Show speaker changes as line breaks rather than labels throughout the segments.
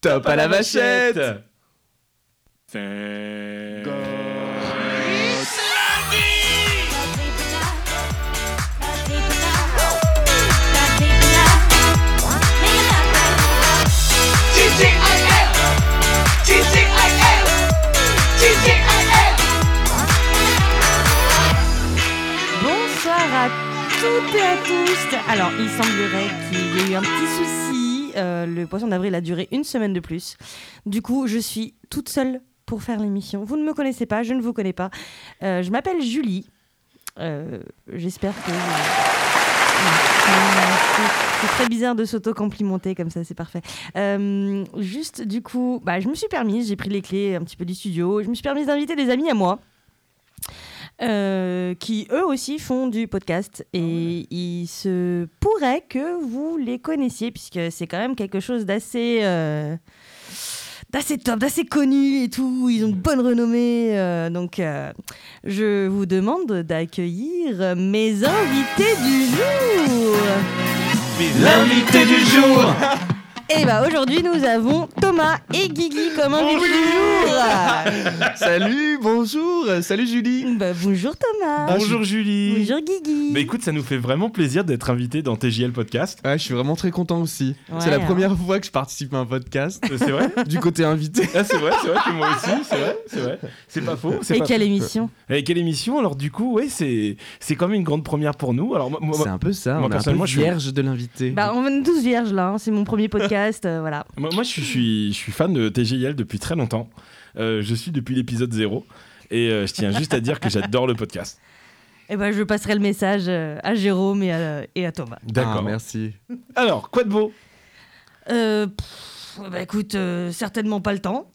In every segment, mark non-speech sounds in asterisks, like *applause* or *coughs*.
Top à la machette
Bonsoir à toutes et à tous. Alors, il semblerait qu'il y ait eu un petit souci. Euh, le poisson d'avril a duré une semaine de plus. Du coup, je suis toute seule pour faire l'émission. Vous ne me connaissez pas, je ne vous connais pas. Euh, je m'appelle Julie. Euh, J'espère que. C'est très bizarre de s'auto-complimenter comme ça, c'est parfait. Euh, juste, du coup, bah, je me suis permise, j'ai pris les clés un petit peu du studio, je me suis permise d'inviter des amis à moi. euh, qui eux aussi font du podcast et il se pourrait que vous les connaissiez puisque c'est quand même quelque chose d'assez euh, d'assez top, d'assez connu et tout. Ils ont une bonne renommée, euh, donc euh, je vous demande d'accueillir mes invités du jour.
L'invité du jour
Et bah aujourd'hui nous avons Thomas et Guigui comme invités du jour.
Salut, bonjour, salut Julie
Bah, bonjour Thomas.
Bonjour Julie
Bonjour Guigui.
Bah écoute, ça nous fait vraiment plaisir d'être invité dans TJL Podcast.
Ouais, je suis vraiment très content aussi.
Ouais,
c'est la
hein.
première fois que je participe à un podcast
Euh, C'est vrai
*laughs* du côté invité.
ah, C'est vrai, c'est vrai, puis moi aussi, c'est vrai, c'est vrai. C'est pas faux. c'est
et
pas-
quelle émission
Et quelle émission Alors du coup, ouais, c'est c'est quand même une grande première pour nous. Alors moi, moi-
C'est un peu ça,
moi,
on est un
personnellement,
peu
je suis-
vierge de l'invité.
Bah on est tous vierges là, hein, c'est mon premier podcast, euh, voilà.
Moi, moi, je, suis, je suis- je suis fan de TGIL depuis très longtemps. Euh, je suis depuis l'épisode 0. Et euh, je tiens juste à dire que j'adore le
*laughs*
podcast.
Et ben je passerai le message euh, à Jérôme et à, et à Thomas.
D'accord.
Ah, merci.
Alors, quoi de beau
Euh, pff, bah écoute, euh, certainement pas le temps.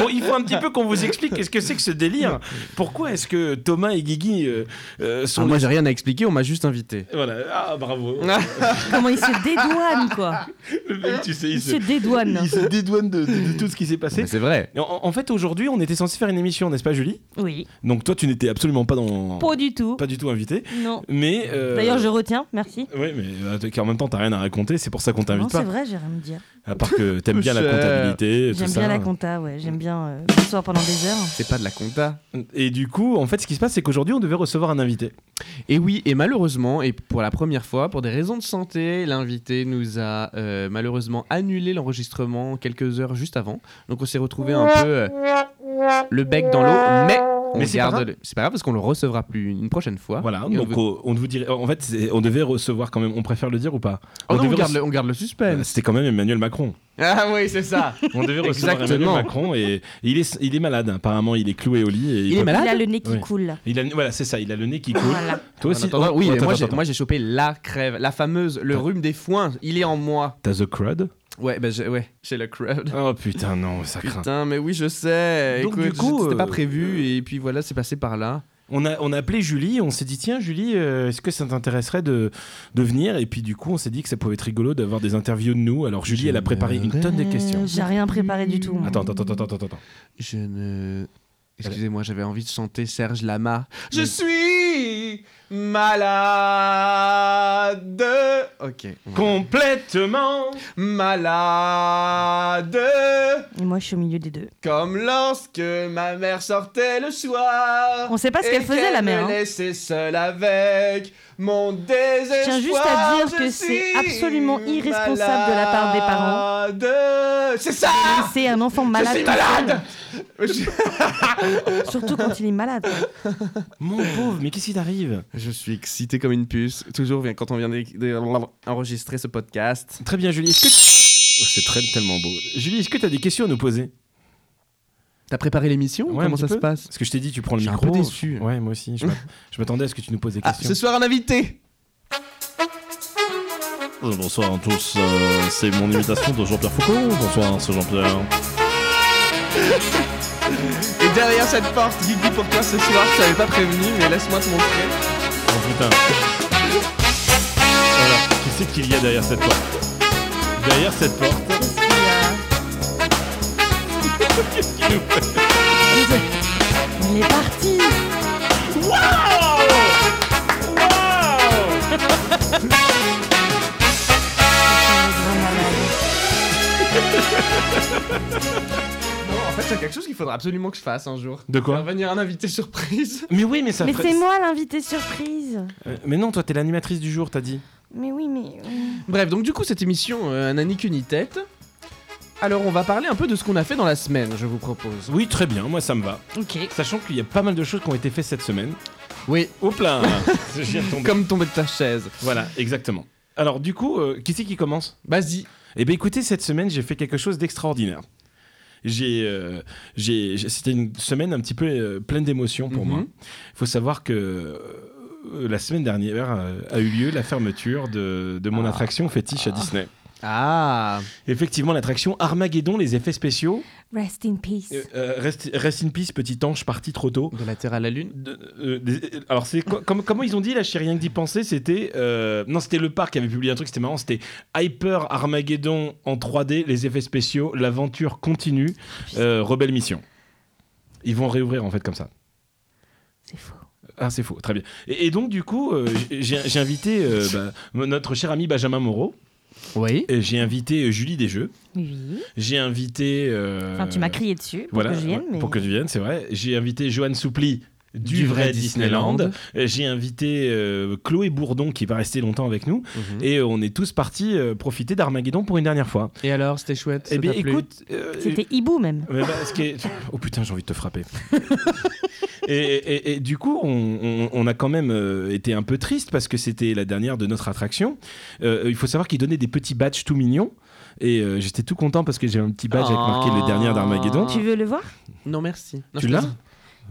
Bon, il faut un petit peu qu'on vous explique qu'est-ce que c'est que ce délire. Pourquoi est-ce que Thomas et Guigui euh, euh,
Ah,
sont...
moi,
les-
j'ai rien à expliquer, on m'a juste invité.
Voilà, ah bravo.
Comment il
*laughs*
se dédouane quoi
Le mec, tu sais, il
Il
se,
se dédouane.
il se dédouane de, de- de tout ce qui s'est passé.
Mais C'est vrai.
Et En, en fait, aujourd'hui, on était censé faire une émission, n'est-ce pas, Julie
Oui,
Donc, toi, tu n'étais absolument pas dans.
pas du tout.
Pas du tout invité.
Non.
Mais. euh,
D'ailleurs je retiens, merci.
Oui, mais euh, t'es- en même temps, t'as rien à raconter, c'est pour ça qu'on
Non
t'invite
c'est
pas.
vrai, j'ai rien à me dire.
À part que t'aimes bien la
Cher.
comptabilité, tout
J'aime
ça.
bien la compta, ouais, j'aime bien euh, m'asseoir pendant des heures.
C'est pas de la compta.
Et du coup, en fait, ce qui se passe, c'est qu'aujourd'hui, on devait recevoir un invité.
Et oui, et malheureusement, et pour la première fois, pour des raisons de santé, l'invité nous a euh, malheureusement annulé l'enregistrement quelques heures juste avant. Donc on s'est retrouvé un peu euh, le bec dans l'eau, mais on
Mais c'est pas
garde.
grave.
le- C'est pas grave parce qu'on le recevra plus une prochaine fois.
Voilà,
Ah, Et on
donc
veut-
on, on vous dirait. En fait, c'est- on devait recevoir quand même. On préfère le dire ou pas
Oh non, on,
devait
garde
rece-
le, on garde le suspense.
Euh, C'était quand même Emmanuel Macron.
*laughs* Ah oui, c'est *laughs* ça.
On devait recevoir Emmanuel
Exactement.
Macron et et il est, il est malade. Apparemment, il est cloué au lit. Et
Il est
peut-
malade.
il a le nez qui
Oui.
coule.
Il a, voilà, c'est ça, il a le nez qui coule.
Voilà.
Toi aussi.
Attends, oui,
oh,
mais
attends,
moi,
attends,
j'ai- moi j'ai chopé la crève, la fameuse, le
Attends.
rhume des foins. Il est en moi.
T'as The Crud
Ouais, bah, j'ai- ouais, j'ai le crowd.
Oh putain, non, ça craint.
Putain, mais oui, je sais.
Donc,
Écoute,
du coup,
c'était
euh,
pas prévu, et puis voilà, c'est passé par là.
On a, on a appelé Julie, on s'est dit, tiens, Julie, euh, est-ce que ça t'intéresserait de, de venir Et puis, du coup, on s'est dit que ça pouvait être rigolo d'avoir des interviews de nous. Alors, Julie, elle a préparé une tonne de questions.
Euh, J'ai rien préparé du tout. moi.
Attends, attends, attends, attends, attends.
Je ne. Excusez-moi, j'avais envie de chanter Serge Lama. Je
Mais-
suis malade. Ok. on va-
Complètement
Malade.
Et moi je suis au milieu des deux.
Comme lorsque ma mère sortait le soir.
On sait pas ce
et
qu'elle faisait la mère.
me
hein.
laissait seule avec mon désespoir.
tiens juste à dire que
Je
c'est
suis
absolument irresponsable de la part des parents.
malade. C'est ça.
*laughs* C'est un enfant malade.
Je suis
tout seul.
malade. Je-
Surtout quand il est malade.
Mon pauvre, mais qu'est-ce qui t'arrive
Je suis excité comme une puce. Toujours vi- quand on vient d'enregistrer ce podcast.
Très bien, Julie, est-ce que. Oh, c'est très, tellement beau. Julie, est-ce que t'as des questions à nous poser
T'as préparé l'émission
Ouais, un
Comment
petit
ça se
peu.
passe
Parce que je t'ai dit, tu prends le
Je suis un
micro.
peu déçu.
Ouais, moi aussi. Je m'a- je m'attendais à ce que tu nous poses des
Ah,
questions.
ce soir un invité
Euh, Bonsoir à tous, euh, c'est mon imitation de Jean-Pierre Foucault. Bonsoir, c'est Jean-Pierre.
Et derrière cette porte, Guigui pour toi ce soir, je t'avais pas prévenu, mais laisse-moi te montrer.
Oh putain. Voilà, qui c'est qu'il y a derrière cette porte Derrière cette porte. Qu'est-ce qu'il nous fait
Il est parti
Waouh
Grand malade.
en fait, c'est quelque chose qu'il faudra absolument que je fasse un jour.
De
Faire
quoi
venir un invité surprise.
Mais oui, mais ça.
Mais
ferait-
c'est moi l'invité surprise.
Euh, Mais non, toi, t'es l'animatrice du jour, t'as dit.
Mais oui, mais.
Bref, donc du coup, cette émission, euh, un Annie qu'une tête. Alors, on va parler un peu de ce qu'on a fait dans la semaine, je vous propose.
Oui, très bien, moi ça me va.
Ok.
Sachant qu'il y a pas mal de choses qui ont été faites cette semaine.
Oui,
Hop *laughs* là Je viens de tomber.
comme tomber de ta chaise.
Voilà, exactement. Alors, du coup, euh, qui c'est qui commence
Vas-y.
Eh bien, écoutez, cette semaine, j'ai fait quelque chose d'extraordinaire. J'ai, euh, j'ai, j'ai- c'était une semaine un petit peu euh, pleine d'émotions pour
Mhm.
moi. Il faut savoir que euh, la semaine dernière euh, a eu lieu la fermeture de, de mon
Ah.
attraction fétiche à Disney.
Ah,
Effectivement, l'attraction Armageddon, les effets spéciaux.
Rest in peace.
Euh, euh, rest, rest in peace, petit ange parti trop tôt.
de la Terre à la Lune.
De- euh, des- euh, alors c'est co- comme- comment ils ont dit là, je sais rien que d'y penser, c'était euh, non c'était le parc qui avait publié un truc, c'était marrant, c'était Hyper Armageddon en 3D, les effets spéciaux, l'aventure continue, euh, rebelle mission. Ils vont réouvrir en fait comme ça.
C'est faux.
Ah c'est faux, très bien. Et, et donc du coup euh, j'ai j'ai invité euh, bah, m- notre cher ami Benjamin Moreau,
Oui.
et j'ai invité euh, Julie Desjeux,
Oui.
j'ai invité. euh,
Enfin, tu m'as crié dessus pour
voilà,
que je vienne, mais.
pour que je vienne, c'est vrai. J'ai invité Johan Soupli. Du, vrai Disneyland. Euh, J'ai invité euh, Chloé Bourdon qui va rester longtemps avec nous
Mhm.
et euh, on est tous partis euh, profiter d'Armageddon pour une dernière fois.
Et alors, c'était chouette.
eh
ça
bien
t'a plu
écoute, euh,
C'était hibou même.
mais bah, ce qui est- Oh putain, j'ai envie de te frapper. *laughs* et, et- et du coup, on, on- on a quand même euh, été un peu triste parce que c'était la dernière de notre attraction. Euh, il faut savoir qu'ils donnaient des petits badges tout mignons. Et euh, j'étais tout content parce que j'ai un petit badge avec marqué le dernier d'Armageddon.
Ah.
Tu veux le voir
non merci. Non,
Tu
je
l'as
plaisante.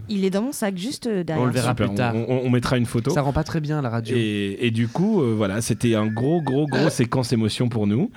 Il est dans mon sac juste euh, derrière.
On le verra
Super,
plus tard.
on- on- on mettra une photo.
Ça rend pas très bien la radio.
Et, et du coup, euh, voilà, c'était un gros, gros,
*laughs*
gros séquence émotion pour nous.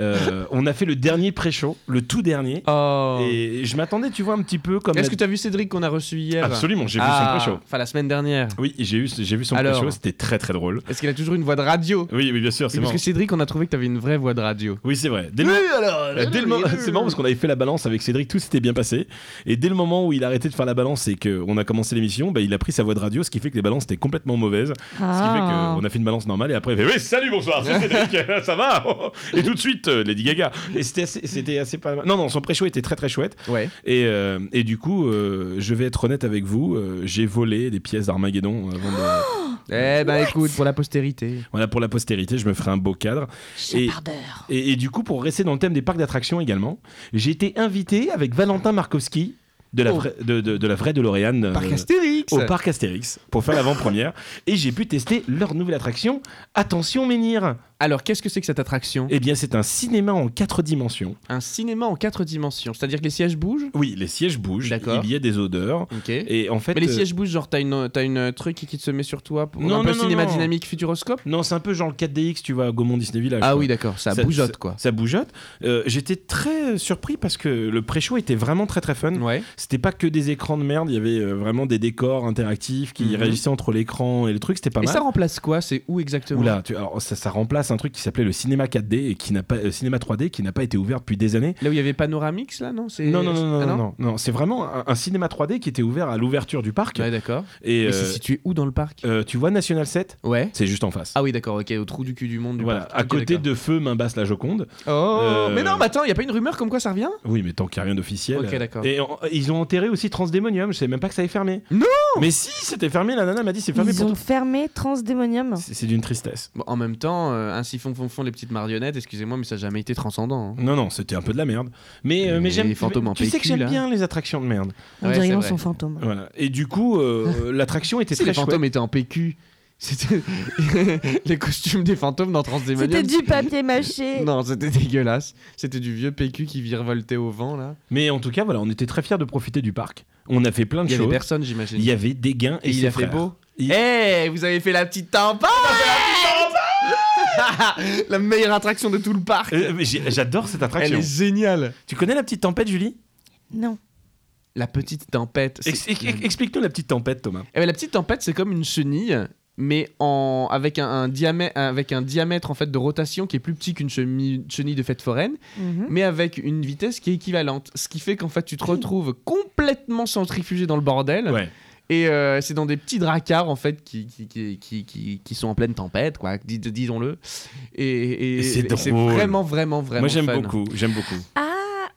Euh, on a fait le dernier pré-show, le tout dernier.
Oh.
Et je m'attendais, tu vois, un petit peu comme.
Est-ce
la-
que t'as vu Cédric qu'on a reçu hier
Absolument, j'ai
Ah,
vu son pré-show.
Enfin, la semaine dernière.
Oui, j'ai eu, j'ai vu son
Alors
pré-show, c'était très, très drôle.
Est-ce qu'il a toujours une voix de radio
Oui, oui, bien sûr,
Oui,
c'est
Parce
marrant.
que Cédric, on a trouvé que t'avais une vraie voix de radio.
Oui, c'est vrai. Dès le, Euh, dès le moment, c'est marrant parce qu'on avait fait la balance avec Cédric, tout s'était bien passé. Et dès le moment où il a arrêté de faire la balance et qu'on a commencé l'émission, bah, il a pris sa voix de radio, ce qui fait que les balances étaient complètement mauvaises. Ce qui fait
Ah.
qu'on a fait une balance normale et après, il fait Oui, salut, bonsoir,
*laughs*
c'est Cédric, *laughs* ça va Et tout de suite, euh, Lady Gaga. Et c'était assez, c'était assez pas mal. Non, non, son pré-show était très très chouette.
Ouais.
Et, euh, et du coup, euh, je vais être honnête avec vous, euh, j'ai volé des pièces d'Armageddon euh, avant
*gasps*
de.
Eh ben écoute, pour la postérité.
voilà, pour la postérité, je me ferai un beau cadre.
Chapardeur.
Et, et du coup, pour rester dans le thème des parcs d'attractions également, j'ai été invité avec Valentin Markowski de la,
Oh.
vraie- de, de- de la vraie DeLorean. euh,
Parc Astérix
au parc Astérix pour faire l'avant-première et j'ai pu tester leur nouvelle attraction Attention Menhir
Alors, qu'est-ce que c'est que cette attraction
Eh bien, c'est un cinéma en quatre dimensions.
Un cinéma en quatre dimensions. C'est-à-dire que les sièges bougent
Oui, les sièges bougent,
D'accord.
il y a des odeurs.
Ok.
Et en fait,
Mais les
euh,
sièges bougent, genre t'as une, t'as une euh, truc qui qui te se met sur toi pour
Non,
un peu
non, non,
cinéma
non.
dynamique futuroscope
non, c'est un peu genre le 4DX, tu vois, à Gaumont Disney Village.
Ah
quoi.
oui, d'accord, ça,
Ça-
bougeote
ça-
quoi.
Ça bougeote. Euh, J'étais très euh, surpris parce que le pré-show était vraiment très très fun.
Ouais.
C'était pas que des écrans de merde, il y avait euh, vraiment des décors interactifs qui
Mhm.
réagissaient entre l'écran et le truc, c'était pas
Et
mal.
ça remplace quoi C'est où exactement
Oula, tu- alors ça, ça remplace un truc qui s'appelait le cinéma 4D et qui n'a pas euh, cinéma 3D qui n'a pas été ouvert depuis des années.
Là où il y avait Panoramix, là, non C'est-
Non non non non
Ah,
non, non, non, c'est vraiment un, un cinéma 3D qui était ouvert à l'ouverture du parc
Ouais, d'accord.
et
Mais
euh,
c'est situé où dans le parc
euh, tu vois National 7,
Ouais.
c'est juste en face.
Ah oui, d'accord, ok, au trou du cul du monde. Du
voilà,
parc.
à
Ok,
côté
d'accord.
de feu main basse la Joconde.
Oh
Euh,
Mais non, mais attends, il y a pas une rumeur comme quoi ça revient
Oui, mais tant qu'il n'y a rien d'officiel. euh,
Ok, d'accord.
Et en- ils ont enterré aussi Transdémonium. Je savais même pas que ça avait fermé.
Non
Mais si, c'était fermé. La nana m'a dit c'est fermé
Ils
pour
ont
tout.
fermé Transdémonium.
C'est c'est d'une tristesse.
Bon, en même temps, euh, un siphon fond fond les petites marionnettes, excusez-moi, mais ça n'a jamais été transcendant. hein.
Non, non, c'était un peu de la merde. Mais, euh,
Et
mais j'aime.
les fantômes en
Tu sais que
PQ,
j'aime
là.
bien les attractions de merde.
On
Ouais,
dirait
c'est
qu'ils
vrai.
sont fantômes.
Voilà. Et du coup,
*laughs*
euh, l'attraction était
Si les
très chouette.
fantômes étaient en PQ, *laughs* c'était les costumes des fantômes dans Transdémonium.
C'était du
*laughs*
papier mâché.
Non, c'était dégueulasse. C'était du vieux PQ qui virevoltait au vent là.
Mais en tout cas, voilà, on était très fiers de profiter du parc. On a fait plein de
Il y avait
choses.
personne,
Il
j'imagine.
y avait des gains et,
Et il
ses
a fait
frères.
beau. Eh,
Il-
vous avez fait la petite tampa *laughs* La meilleure attraction de tout le parc.
Euh, mais j'ai- J'adore cette
Elle
attraction.
est géniale.
Tu connais la petite tempête, Julie
Non.
La petite tempête. c'est-
Ex- ex- Explique-nous la petite tempête, Thomas.
Eh ben, la petite tempête, c'est comme une chenille, mais en... avec, un, un diamè- avec un diamètre en fait de rotation qui est plus petit qu'une chemi- chenille de fête foraine,
Mhm.
mais avec une vitesse qui est équivalente. Ce qui fait qu'en fait, tu te retrouves *laughs* complètement centrifugé dans le bordel.
Ouais.
Et euh, c'est dans des petits dracards en fait qui, qui, qui, qui, qui, qui sont en pleine tempête, quoi, dis- disons-le. Et, et-
Et c'est
et c'est
drôle.
vraiment, vraiment, vraiment.
Moi, j'aime
fun.
beaucoup. J'aime beaucoup.
Ah,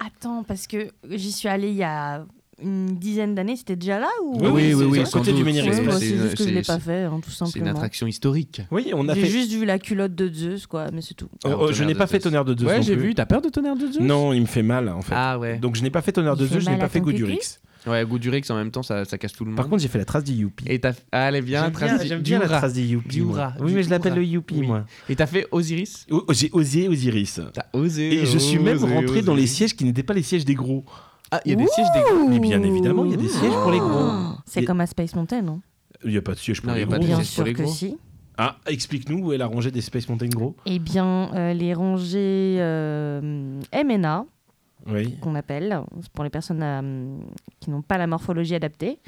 Attends, parce que j'y suis allée il y a une dizaine d'années, c'était déjà là ou
Oui, oui, oui, oui,
sans
côté du
doute.
Ménéric.
Ouais,
c'est-
moi,
c'est
c'est
une-
juste que je
c'est-
l'ai pas fait, hein, tout
C'est une
simplement.
attraction historique.
Oui, on a
J'ai
fait.
juste vu la culotte de Zeus, quoi, mais c'est tout.
Oh, oh, je
Tonnerre
n'ai
de
pas fait
Zeus.
tonnerre de Zeus.
ouais,
non
j'ai
plus.
vu. T'as peur de tonnerre de Zeus
Non, il me fait mal en fait.
Ah ouais.
Donc je n'ai pas fait tonnerre
Il
de
fait
Zeus, je n'ai
mal à
pas fait
ton
Goudurix.
Ouais, Goudurix en même temps, ça, ça casse tout le monde.
Par contre, j'ai fait la trace du Youpi.
et t'as. Allez, viens,
Hmm. J'aime bien,
Eh trace-
j'aime bien la
Diura.
trace du Youpi. moi.
Diura.
Oui, mais je l'appelle le
Diura.
Youpi,
Oui.
moi.
Et t'as fait Osiris
Oh, J'ai osé Osiris.
T'as osé.
Et je suis même
osé,
rentré dans
osé.
les sièges qui n'étaient pas les sièges des gros.
Ah, il y a des sièges des.
Mais bien évidemment, il y a des sièges pour les gros.
Oh, C'est
Et- Ah
comme à Space Mountain, non
Il n'y a pas de siège pour
Non, il
les
y a pas
gros.
de
Bien
sièges pour
sûr
les
que
gros.
si.
Ah, explique-nous où est la rangée des Space Mountain gros.
Eh bien, euh, les rangées euh, MNA,
Oui.
qu'on appelle, c'est pour les personnes euh, qui n'ont pas la morphologie adaptée,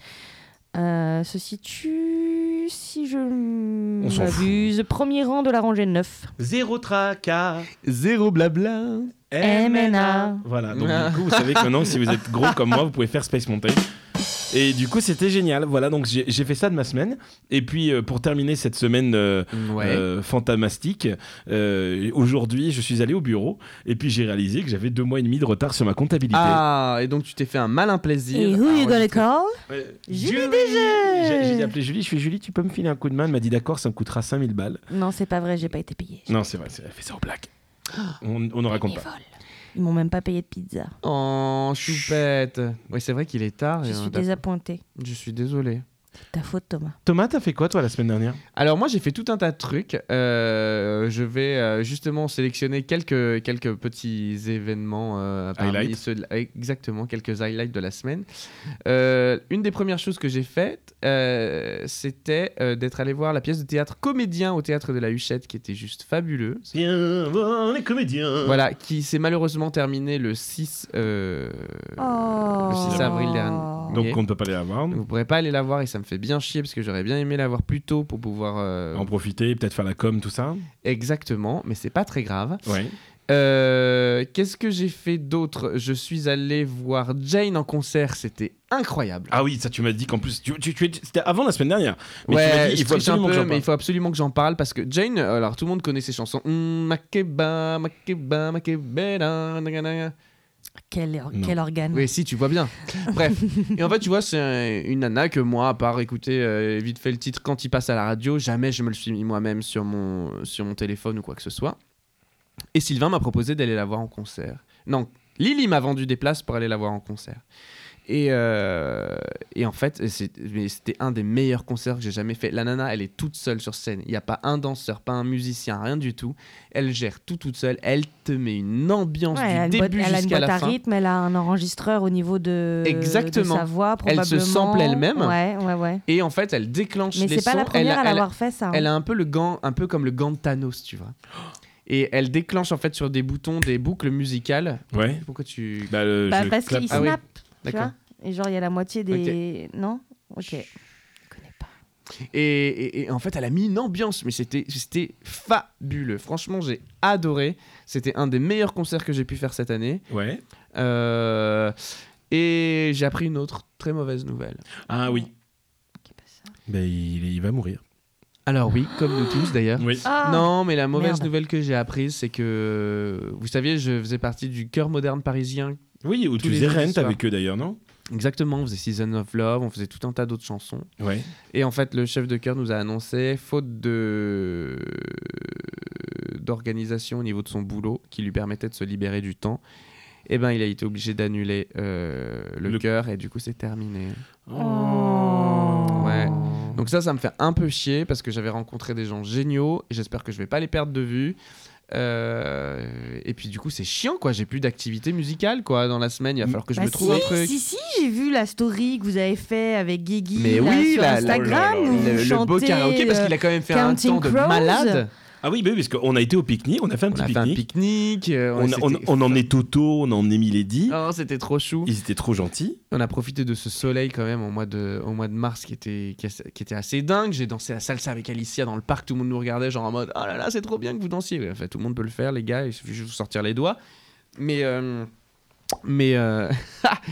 euh, se situe, si je
On s'en fout.
m'abuse, premier rang de la rangée 9.
Zéro tracas.
Zéro blabla.
MNA.
Voilà, donc
Ah.
du coup, vous savez que maintenant, si vous êtes gros comme moi, vous pouvez faire Space Mountain. Et du coup, c'était génial. Voilà, donc j'ai j'ai fait ça de ma semaine. Et puis, euh, pour terminer cette semaine euh,
Ouais.
euh, fantamastique, euh, aujourd'hui, je suis allé au bureau et puis j'ai réalisé que j'avais deux mois et demi de retard sur ma comptabilité.
Ah, et donc tu t'es fait un malin plaisir.
Et who
Ah,
you gonna
ouais.
call
Euh,
Julie
J'ai j'ai appelé Julie, je fais Julie, tu peux me filer un coup de main Elle m'a dit d'accord, ça me coûtera 5000 balles.
Non, c'est pas vrai, j'ai pas été payée.
Non, c'est vrai, c'est- elle fait ça aux blagues.
Ah.
On, on ne raconte pas.
Bénévole. Ils m'ont même pas payé de pizza.
Oh, choupette. Ouais, c'est vrai qu'il est tard.
Je
et
suis
on t'a-
désappointée.
Je suis désolé.
Ta faute, Thomas.
Thomas, t'as fait quoi toi la semaine dernière
Alors moi j'ai fait tout un tas de trucs. Euh, je vais euh, justement sélectionner quelques, quelques petits événements. euh, parmi
Highlights.
ceux de la- exactement, quelques highlights de la semaine. Euh, une des premières choses que j'ai faites, euh, c'était euh, d'être allé voir la pièce de théâtre Comédien au théâtre de la Huchette qui était juste fabuleux.
Bien, bon, les comédiens.
Voilà, qui s'est malheureusement terminé le 6, euh,
Oh.
le 6 avril euh, dernier.
Donc on ne peut pas les avoir.
vous pourrez pas aller la voir et ça me fait bien chier parce que j'aurais bien aimé la voir plus tôt pour pouvoir euh,
En profiter, peut-être faire la com, tout ça.
Exactement, mais c'est pas très grave.
Ouais.
Euh, Qu'est-ce que j'ai fait d'autre Je suis allé voir Jane en concert, c'était incroyable.
Ah oui, ça tu m'as dit qu'en plus, tu, tu- tu- c'était avant la semaine dernière. Mais tu m'as
ouais,
dit,
je
il faut
triche un
absolument que
peu,
j'en
mais
parle.
il faut absolument que j'en parle parce que Jane, euh, alors tout le monde connaît ses chansons. Hmm, Makeba, Makeba, Makebela, nanana.
Quel, quel organe.
Oui, si, tu vois bien. Bref. Et en fait, tu vois, c'est un- une nana que moi, à part écouter euh, vite fait le titre quand il passe à la radio, jamais je me le suis mis moi-même sur mon, sur mon téléphone ou quoi que ce soit. Et Sylvain m'a proposé d'aller la voir en concert. Non, Lily m'a vendu des places pour aller la voir en concert. Et, euh, et en fait, c'est- mais c'était un des meilleurs concerts que j'ai jamais fait. La nana, elle est toute seule sur scène. Il n'y a pas un danseur, pas un musicien, rien du tout. Elle gère tout toute seule. Elle te met une ambiance
Ouais, elle, a une
du
boîte-
début
elle a une
jusqu'à
boîte
la
à
fin.
rythme, elle a un enregistreur au niveau de,
Exactement.
de sa voix, probablement.
Elle se sample elle-même.
Ouais, ouais, ouais.
Et en fait, elle déclenche
Mais
les
c'est pas
sons.
la première
elle,
à
elle-
l'avoir fait, ça. hein.
elle a un peu le gant, un peu comme le gant de Thanos, tu vois. Et elle déclenche en fait sur des boutons des boucles musicales.
Ouais.
Pourquoi tu
Bah, le-
Bah,
je
parce
clappe.
qu'il
Ah oui.
snap, tu
D'accord.
vois. Et genre, il y a la moitié des... Non Ok. Je connais pas.
Et, et- et en fait, elle a mis une ambiance, mais c'était c'était fabuleux. Franchement, j'ai adoré. C'était un des meilleurs concerts que j'ai pu faire cette année.
Ouais.
Euh, et j'ai appris une autre très mauvaise nouvelle.
Ah oui.
Ok, pas ça.
Bah, il, il va mourir.
Alors oui, comme nous tous d'ailleurs.
Oui.
Ah
Non, mais la mauvaise
Merde.
nouvelle que j'ai apprise, c'est que vous saviez, je faisais partie du chœur moderne parisien
Oui, ou
Tous
tu
les
faisais
jeudis
Rent
soir.
avec eux d'ailleurs, non
Exactement, on faisait Season of Love, on faisait tout un tas d'autres chansons.
Ouais.
Et en fait, le chef de chœur nous a annoncé, faute de d'organisation au niveau de son boulot qui lui permettait de se libérer du temps, eh ben, il a été obligé d'annuler euh, le,
Le-
chœur et du coup, c'est terminé.
Oh.
Ouais. Donc ça, ça me fait un peu chier parce que j'avais rencontré des gens géniaux et j'espère que je vais pas les perdre de vue. Euh, et puis du coup, c'est chiant quoi. J'ai plus d'activité musicale quoi dans la semaine. Il va
Mm.
falloir que je
Bah
me trouve un
si,
truc.
si, si, j'ai vu la story que vous avez fait avec Guigui
Mais
là,
oui,
sur
la- la-
Instagram.
oh là là,
où
le,
vous
le beau
chantez,
karaoké parce
euh,
qu'il a quand même fait un
Counting
temps de
Crows.
malade.
Ah oui, bah oui, parce qu'on a été au pique-nique, on a fait un
On
petit
a fait un
pique-nique.
pique-nique. euh,
On, a- on-
c'était-
on a emmené Toto, on a emmené Milady.
Oh, c'était trop chou.
Ils étaient trop gentils.
On a profité de ce soleil quand même au mois de, au mois de mars qui était, qui, a- qui était assez dingue. J'ai dansé la salsa avec Alicia dans le parc. Tout le monde nous regardait genre en mode Oh là là, c'est trop bien que vous dansiez. Enfin, tout le monde peut le faire, les gars. Il suffit juste de vous sortir les doigts. Mais. euh, mais. euh, *laughs*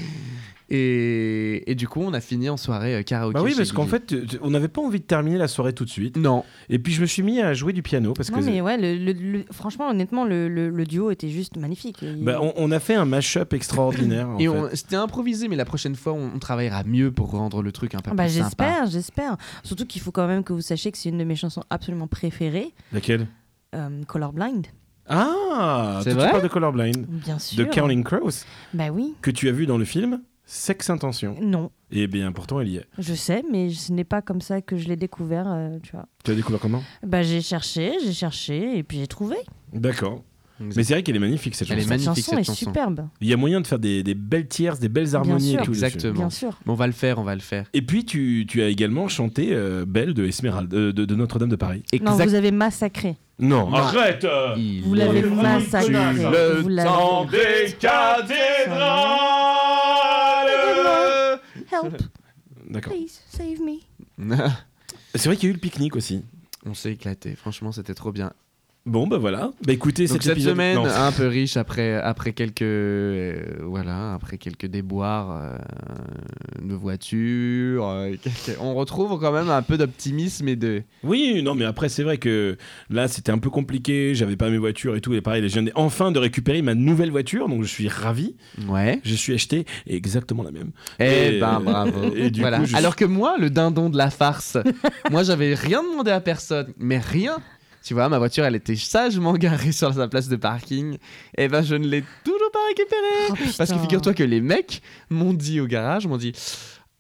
Et, et du coup, on a fini en soirée euh, karaoké.
Bah oui,
chez
parce qu'en
Guy.
fait, euh, on n'avait pas envie de terminer la soirée tout de suite.
Non,
Et puis je me suis mis à jouer du piano parce
Non,
que
mais ouais, le, le- le- franchement, honnêtement, le, le- le duo était juste magnifique. Il-
Bah, on, on a fait un mash-up extraordinaire. en
et
fait.
on- c'était improvisé, mais la prochaine fois, on, on travaillera mieux pour rendre le truc un peu
Ah bah,
plus sympa.
j'espère, j'espère. Surtout qu'il faut quand même que vous sachiez que c'est une de mes chansons absolument préférées,
Laquelle
euh, Colorblind,
Ah
C'est
toi,
vrai
Tu parles de Colorblind,
bien sûr.
de Counting Crows,
Bah oui,
que tu as vu dans le film Sex Intention.
non,
Et bien pourtant, elle y est.
je sais, mais ce n'est pas comme ça que je l'ai découvert, euh, tu vois.
Tu as découvert comment
Bah j'ai cherché, j'ai cherché, et puis j'ai trouvé.
D'accord.
Exact.
Mais c'est vrai qu'elle est magnifique cette
Elle est
chanson.
magnifique.
cette chanson
cette
est
chanson.
superbe,
Il y a moyen de faire des, des belles tierces, des belles harmonies
sûr.
et tout. dessus.
Exactement.
bien sûr.
Mais on va le faire, on va le faire.
Et puis tu, tu as également chanté euh, Belle de Esmeralda, euh, de, de Notre-Dame de Paris. Ah,
Non, vous avez massacré.
Non,
Non.
arrête
Il
Vous l'avez
est
massacré.
foutu.
Le Vous l'avez- temps
des
cathédrales. Help,
D'accord.
please, save me.
C'est vrai qu'il y a eu le pique-nique aussi.
*laughs* on s'est éclaté. Franchement, c'était trop bien.
Bon, bah voilà. Bah écoutez,
Donc
cet
cette
épisode-
semaine,
Non,
un peu riche après après quelques euh, voilà, après quelques déboires euh, de voiture. euh, *laughs* quelques- On retrouve quand même un peu d'optimisme et de.
Oui, non, mais après, c'est vrai que là, c'était un peu compliqué. J'avais pas mes voitures et tout. Et pareil, là, je viens enfin de récupérer ma nouvelle voiture. Donc, je suis ravi.
Ouais.
Je suis acheté exactement la même.
Eh
Et- *laughs*
ben bravo.
et du
Voilà.
coup, je-
Alors que moi, le dindon de
*laughs*
la farce, moi j'avais rien demandé à personne, mais rien. Tu vois, ma voiture, elle était sagement garée sur sa place de parking. Et ben, je ne l'ai toujours pas récupérée.
Oh,
Parce que
putain.
figure-toi que les mecs m'ont dit au garage, m'ont dit.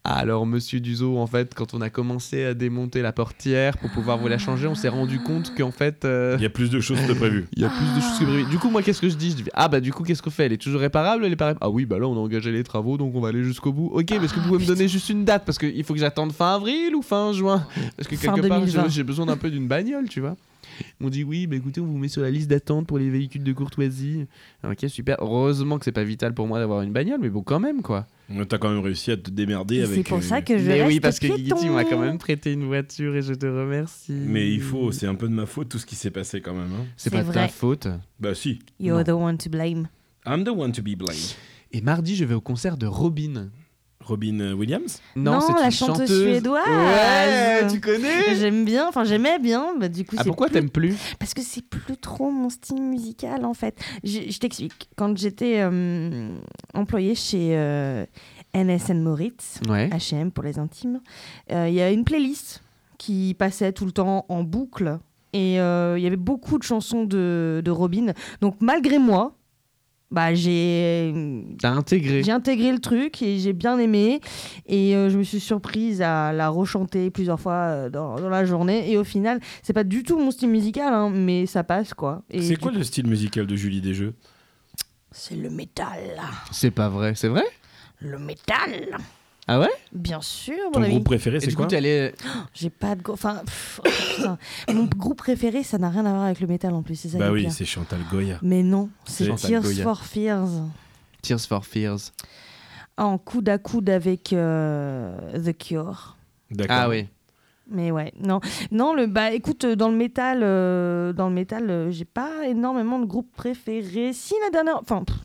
Alors, monsieur Duzo, en fait, quand on a commencé à démonter la portière pour pouvoir vous la changer, on s'est rendu compte qu'en fait, euh,
Il y a plus de choses que prévu.
il y a plus de choses que prévu. Du coup, moi, qu'est-ce que je dis Je dis, ah bah, du coup, qu'est-ce qu'on fait Elle est toujours réparable Elle est pas réparable Ah oui, bah là, on a engagé les travaux, donc on va aller jusqu'au bout. Ok, mais est-ce que
Ah,
vous pouvez me donner juste une date Parce qu'il faut que j'attende fin avril ou fin juin Parce que
Fin
quelque part,
2020.
j'ai- j'ai besoin d'un peu d'une bagnole, tu vois. On dit oui, bah écoutez, on vous met sur la liste d'attente pour les véhicules de courtoisie. Ok, super. Heureusement que c'est pas vital pour moi d'avoir une bagnole, mais bon, quand même, quoi.
Mais T'as quand même réussi à te démerder avec.
C'est pour
euh,
ça que je
mais
reste
oui, parce que
piéton.
Guigui, on m'a quand même prêté une voiture et je te remercie.
Mais il faut, c'est un peu de ma faute tout ce qui s'est passé quand même. hein.
C'est
C'est
pas de ta
vrai.
faute.
Bah si.
You're
Non.
the one to blame.
I'm the one to be blamed.
Et mardi, je vais au concert de Robin.
Robin euh, Williams
Non,
c'est
la
une
chanteuse suédoise.
Ouais, tu connais.
J'aime bien, enfin j'aimais bien, bah, du coup
Ah,
c'est
pourquoi
plus-
t'aimes plus
Parce que c'est plus trop mon style musical en fait. Je, je t'explique. Quand j'étais euh, employée chez euh, NSN Moritz,
Ouais.
H&M pour les intimes, euh, il y a une playlist qui passait tout le temps en boucle et euh, il y avait beaucoup de chansons de, de Robin. Donc malgré moi, bah j'ai
T'as intégré.
j'ai intégré le truc et j'ai bien aimé. Et euh, je me suis surprise à la rechanter plusieurs fois euh, dans, dans la journée. Et au final, c'est pas du tout mon style musical, hein, mais ça passe quoi. Et
C'est
du-
quoi le style musical de Julie Desjeux
C'est le métal,
C'est pas vrai, c'est vrai
le métal.
Ah ouais
Bien sûr,
Ton
mon ami.
groupe préféré,
Et
c'est
du coup, euh,
quoi
t'es allé.
J'ai pas de. go- Enfin, pff, oh, putain. mon groupe préféré, ça n'a rien à voir avec le métal en plus. C'est ça
Bah
qui est
oui,
pire.
c'est Chantal Goya.
Mais non, c'est
Chantal
Tears
Goya.
for Fears. Ah,
Tears for Fears.
En coude à coude avec euh, The Cure.
D'accord.
Ah oui.
Mais ouais, non, non, le bah écoute, euh, dans le métal, euh, dans le métal, euh, j'ai pas énormément de groupes préférés. Si la dernière, enfin, pff,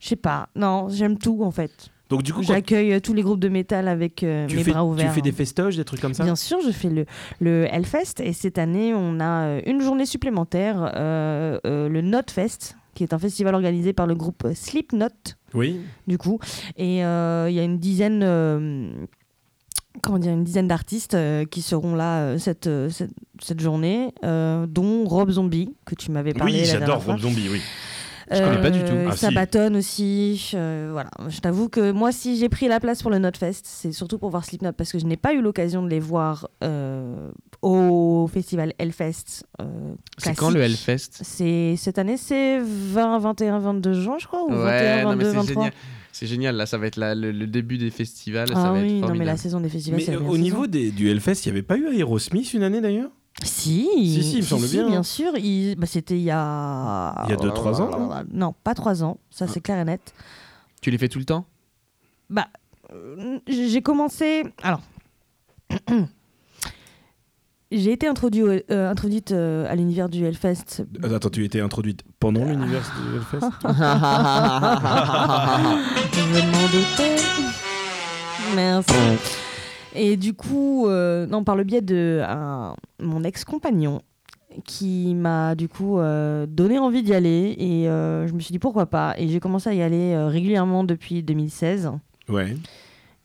je sais pas, non, j'aime tout en fait.
Donc du coup, quand
J'accueille euh, tous les groupes de métal avec euh,
tu
mes
fais,
bras
tu
ouverts.
fais des festoches, des trucs comme ça
Bien sûr, je fais le, le Hellfest et cette année, on a euh, une journée supplémentaire, euh, euh, le Notfest, qui est un festival organisé par le groupe euh, Slipknot
Oui.
du coup. Et euh, il y a une dizaine, euh, comment dire, une dizaine d'artistes euh, qui seront là euh, cette, euh, cette, cette journée, euh, dont Rob Zombie, que tu m'avais parlé.
Oui,
la dernière
j'adore
fois.
Rob Zombie, oui.
Je connais pas du
Euh,
tout.
Ah, si.
Sabaton aussi. euh, voilà. Je t'avoue que moi, si j'ai pris la place pour le Notfest, c'est surtout pour voir Slipknot parce que je n'ai pas eu l'occasion de les voir euh, au festival Hellfest. euh,
C'est
classique.
quand le Hellfest
C'est cette année, c'est 20, 21, 22 juin, je crois, ou 21,
non, mais
22,
c'est
23.
génial. C'est génial, là, ça va être la- le, le début des festivals. ça
Ah
va être
oui, non mais la
formidable.
saison des festivals,
Mais
c'est la
euh,
meilleure
au
saison.
niveau des, du Hellfest, il n'y avait pas eu Aerosmith une année d'ailleurs
Si,
Si, si, il me semble bien. hein.
bien sûr. il- bah, C'était il y a...
Il y a deux, trois ans, Ah.
Non, pas trois ans, ça c'est clair et net.
Tu les fais tout le
*laughs*
temps
Bah, euh, j'ai commencé... Alors... *clears throat* j'ai été introduit au- euh, introduite euh, à l'univers du Hellfest.
Attends, tu étais introduite pendant l'univers du Hellfest
Ah. Je m'en doutais. Merci. Et du coup, euh, non, par le biais de un- mon ex-compagnon qui m'a du coup euh, donné envie d'y aller et euh, je me suis dit pourquoi pas et j'ai commencé à y aller euh, régulièrement depuis 2016
Ouais.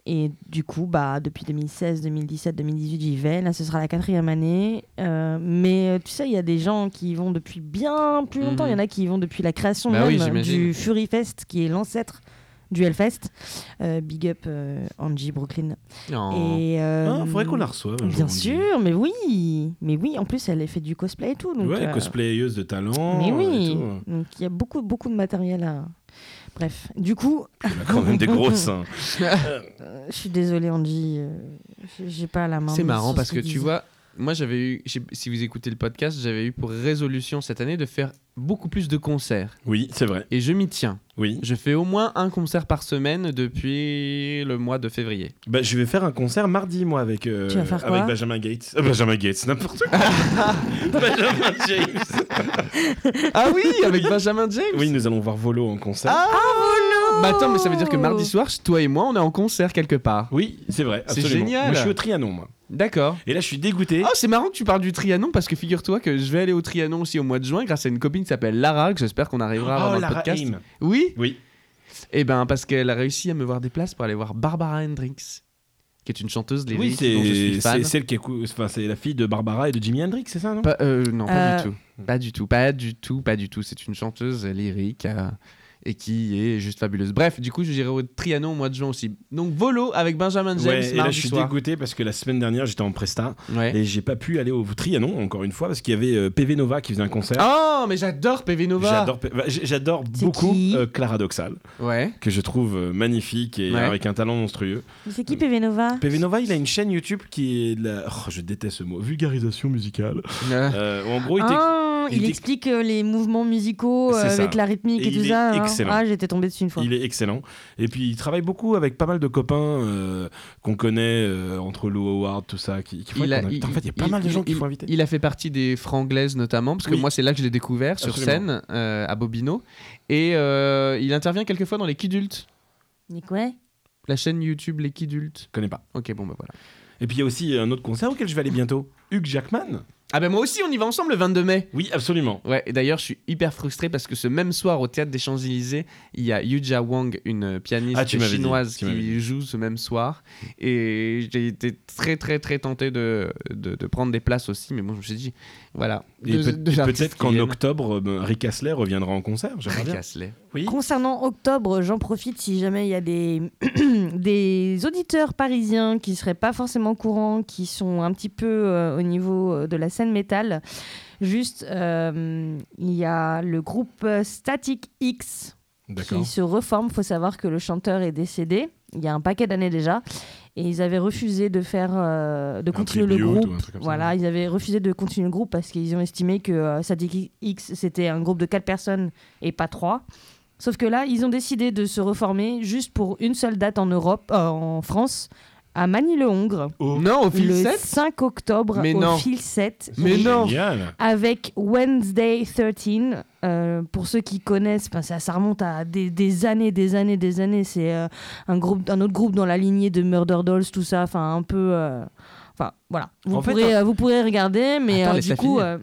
et du coup bah depuis 2016 2017 2018 j'y vais là ce sera la quatrième année Euh, mais euh, tu sais il y a des gens qui y vont depuis bien plus longtemps il
Mhm.
y en a qui y vont depuis la création
Bah oui,
même
j'imagine.
du Fury Fest qui est l'ancêtre du Hellfest Euh, big up euh, Angie Brooklyn
*laughs* Non.
et euh,
Ah, faudrait qu'on la reçoive. un jour, on
Bien
dit.
sûr, mais oui, mais oui. En plus, elle a fait du cosplay et tout. Donc,
ouais,
euh,
cosplayeuse de talent.
Mais
et
oui.
tout.
Donc il y a beaucoup, beaucoup de matériel à. Bref, du coup,
*laughs* Elle a quand même des hein. gros seins.
euh, je suis désolée, Angie, euh, j'ai- j'ai pas la main.
C'est
mise
marrant
sur
parce
ce
que
qu'il
tu
disait.
vois, moi j'avais eu, je sais- si vous écoutez le podcast, j'avais eu pour résolution cette année de faire beaucoup plus de concerts.
Oui, c'est vrai.
Et je m'y tiens.
Oui.
Je fais au moins un concert par semaine depuis le mois de février.
Bah, je vais faire un concert mardi, moi, avec, euh,
Tu vas faire quoi
avec Benjamin Gates. Euh, Benjamin Gates, n'importe
*laughs*
quoi. Benjamin James.
Ah oui, avec Benjamin James
Oui, nous allons voir Volo en concert.
Ah.
Bah attends, mais ça veut dire que mardi soir, toi et moi, on est en concert quelque part.
Oui, c'est vrai.
C'est
absolument.
génial.
Moi, je suis au Trianon, moi.
D'accord.
Et là, je suis dégoûté.
Ah.
Oh, c'est marrant que tu parles du Trianon parce que figure-toi que je vais aller au Trianon aussi au mois de juin grâce à une copine qui s'appelle Lara, que j'espère qu'on arrivera à
Oh,
avoir dans
la
le podcast.
raïm.
Oui
Oui.
Eh ben parce qu'elle a réussi à me voir des places pour aller voir Barbara Hendricks, qui est une chanteuse
Oui,
lyrique dont
c'est
je suis fan.
c'est celle qui est cou- enfin, c'est la fille de Barbara et de Jimi Hendrix, c'est ça, non
Pas- euh, non, pas
Euh.
du tout. Pas du tout, pas du tout, pas du tout. C'est une chanteuse lyrique euh, et qui est juste fabuleuse. Bref, du coup, je dirais au Trianon au mois de juin aussi. Donc Volo avec Benjamin James
Ouais, et là,
mardi
je suis
soir.
dégoûté parce que la semaine dernière, j'étais en presta
Ouais.
et j'ai pas pu aller au Trianon encore une fois parce qu'il y avait euh, PV Nova qui faisait un concert.
Oh, mais j'adore PV Nova.
J'adore P- bah, j- J'adore
C'est
beaucoup
qui
euh, Clara Doxal, *laughs*
Ouais.
que je trouve euh, magnifique et
Ouais.
avec un talent monstrueux.
Mais C'est qui PV Nova
PV Nova, il a une chaîne YouTube qui est de la... oh, je déteste ce mot, vulgarisation musicale.
Euh,
Euh, en gros, il t'ex-
Ah,
il
il,
t'ex-
explique euh, les mouvements musicaux euh,
C'est ça.
avec la rythmique
Et
et, tout
il est
ça. hein.
excellent.
Ah, j'étais tombée dessus une fois.
Il est excellent. Et puis, il travaille beaucoup avec pas mal de copains euh, qu'on connaît, euh, entre Lou Howard, tout ça. Qui, qui-
Il a-
qu'on a-
il-
en fait, il y a pas
il-
mal de gens
il-
qu'il faut inviter.
Il a fait partie des franglaises notamment, parce que
Oui.
moi c'est là que je l'ai découvert sur
Absolument.
scène euh, à Bobino. Et euh, il intervient quelquefois dans les Kidultes,
Mais quoi
la chaîne YouTube Les Kidultes.
Je connais pas.
Ok, bon bah voilà.
Et puis, il y a aussi un autre concert auquel je vais aller bientôt. Hugh Jackman
Ah ben moi aussi on y va ensemble le 22 mai.
Oui, absolument.
Ouais, et d'ailleurs je suis hyper frustré parce que ce même soir au théâtre des Champs-Élysées, il y a Yuja Wang, une euh, pianiste
Ah, tu m'avais dit,
chinoise
tu m'avais
qui joue ce même soir. Et j'ai été très très très tenté de, de, de prendre des places aussi, mais bon je me suis dit, voilà.
Et
deux-
peut-
deux artistes
peut-être
qui
qu'en
viennent.
octobre, euh, ben, Rick Astley reviendra en concert. J'aimerais bien.
Casse-les.
Oui.
Concernant octobre, j'en profite si jamais il y a des, *clears throat* des auditeurs parisiens qui seraient pas forcément courants, qui sont un petit peu euh, au niveau euh, de la scène métal. Juste, euh, il y a le groupe euh, Static X qui
D'accord.
se reforme. faut savoir que le chanteur est décédé il y a un paquet d'années déjà. Et ils avaient refusé de faire, euh, de
Un
continuer le
tribute ou un
groupe.
truc comme ça.
Voilà, ils avaient refusé de continuer le groupe parce qu'ils ont estimé que euh, Sadiq X c'était un groupe de quatre personnes et pas trois. Sauf que là, ils ont décidé de se reformer juste pour une seule date en Europe, euh, en France, à Manille-le-Hongre,
Non, au fil
le
7
5 octobre
Mais
au
non.
fil 7.
Mais non.
Génial.
Avec Wednesday 13, euh, pour ceux qui connaissent, ben, ça, ça remonte à des, des années, des années, des années. C'est euh, un groupe, un autre groupe dans la lignée de Murder Dolls, tout ça. Enfin, un peu, euh, enfin voilà. Vous
En fait,
pourrez, euh, vous pourrez regarder, mais
Attends,
euh,
laisse-la
du coup,
finir.
euh,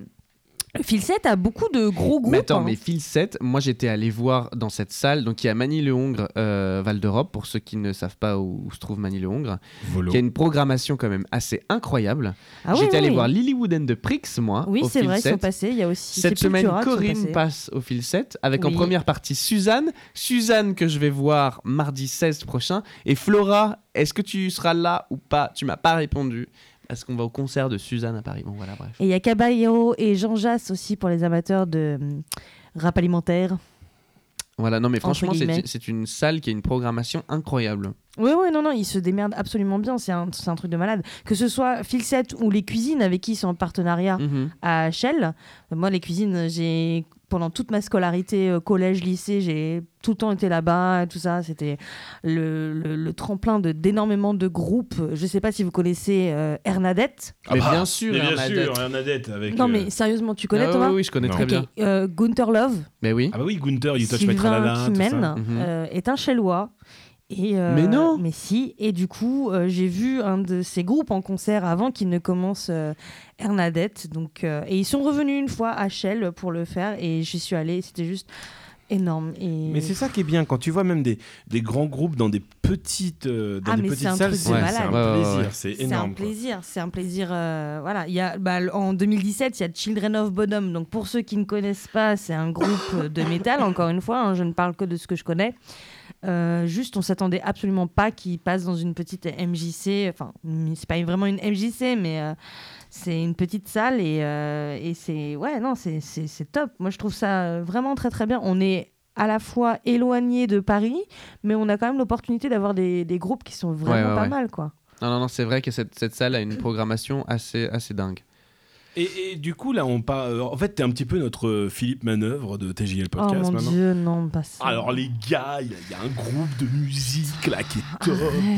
Phil 7 a beaucoup de gros groupes.
Mais attends,
hein.
mais Phil 7, moi j'étais allé voir dans cette salle, donc il y a Manille-le-Hongre, euh, Val d'Europe, pour ceux qui ne savent pas où, où se trouve Manille-le-Hongre,
Volo.
qui a une programmation quand même assez incroyable.
Ah oui,
j'étais
oui,
allé
oui.
voir Lily Wooden de Prix, moi,
Oui,
au
c'est
Phil
vrai, ils
7.
sont passés. Il y a aussi
Cette semaine,
Sepultura qui sont
Corinne
passés.
passe au Phil 7 avec en
Oui.
première partie Suzanne. Suzanne que je vais voir mardi 16 prochain. Et Flora, est-ce que tu seras là ou pas Tu m'as pas répondu. Parce qu'on va au concert de Suzanne à Paris. Bon, voilà, bref.
Et il y a Caballero et Jean Jass aussi pour les amateurs de hum, rap alimentaire.
Voilà, non, mais franchement, c'est-
guillemets.
c'est une salle qui a une programmation incroyable.
Oui, oui, non, non, ils se démerdent absolument bien, c'est un, c'est un truc de malade. Que ce soit Filset ou les cuisines avec qui ils sont en partenariat
Mhm.
à Shell. Moi, les cuisines, j'ai pendant toute ma scolarité, euh, collège, lycée, j'ai tout le temps été là-bas, et tout ça. C'était le, le- le tremplin de d'énormément de groupes. Je sais pas si vous connaissez euh, Hernadette.
mais
bah,
bien sûr,
mais bien
Hernadette.
sûr, Hernadette avec.
Non,
euh,
mais sérieusement, tu connais
Ah,
Thomas
oui, oui, je connais
Non.
très
Ok,
bien.
euh, Gunther Love,
Mais oui.
Ah bah oui, Gunther, il touche my
Sylvain
tralala, tout ça.
Kimen,
Mhm.
euh, est un Chellois. Et euh,
Mais non
Mais si, et du coup, euh, j'ai vu un de ces groupes en concert avant qu'il ne commence euh, Hernadette. Donc, euh, et ils sont revenus une fois à Shell pour le faire, et j'y suis allée, c'était juste énorme. Et...
Mais c'est ça qui est bien quand tu vois même des, des grands groupes dans des petites euh, dans
Ah,
des
mais
petites
c'est un
salles,
truc de
c'est
malade.
c'est un
Ouais, ouais,
plaisir,
ouais.
c'est
C'est un
énorme. quoi.
plaisir, c'est un plaisir. euh, voilà, il y a, bah, en 2017, il y a Children of Bodom. Donc pour ceux qui ne connaissent pas, c'est un groupe euh, de métal. Encore une fois, hein, je ne parle que de ce que je connais. Euh, juste, on s'attendait absolument pas qu'ils passent dans une petite MJC. Enfin, mm, c'est pas vraiment une MJC, mais euh, c'est une petite salle et, euh, et c'est ouais, non, c'est- c'est c'est top. Moi, je trouve ça euh, vraiment très très bien. On est à la fois éloigné de Paris, mais on a quand même l'opportunité d'avoir des, des groupes qui sont vraiment
ouais,
pas
ouais.
mal, quoi.
Non, non, non, c'est vrai que cette, cette salle a une programmation assez, assez dingue.
Et, et du coup là on part euh, en fait t'es un petit peu notre euh, Philippe Manœuvre de TJL podcast
oh mon
maintenant.
dieu, non, pas ça.
Alors les gars, il y, a- il y a un groupe de musique là qui
Ah,
est top.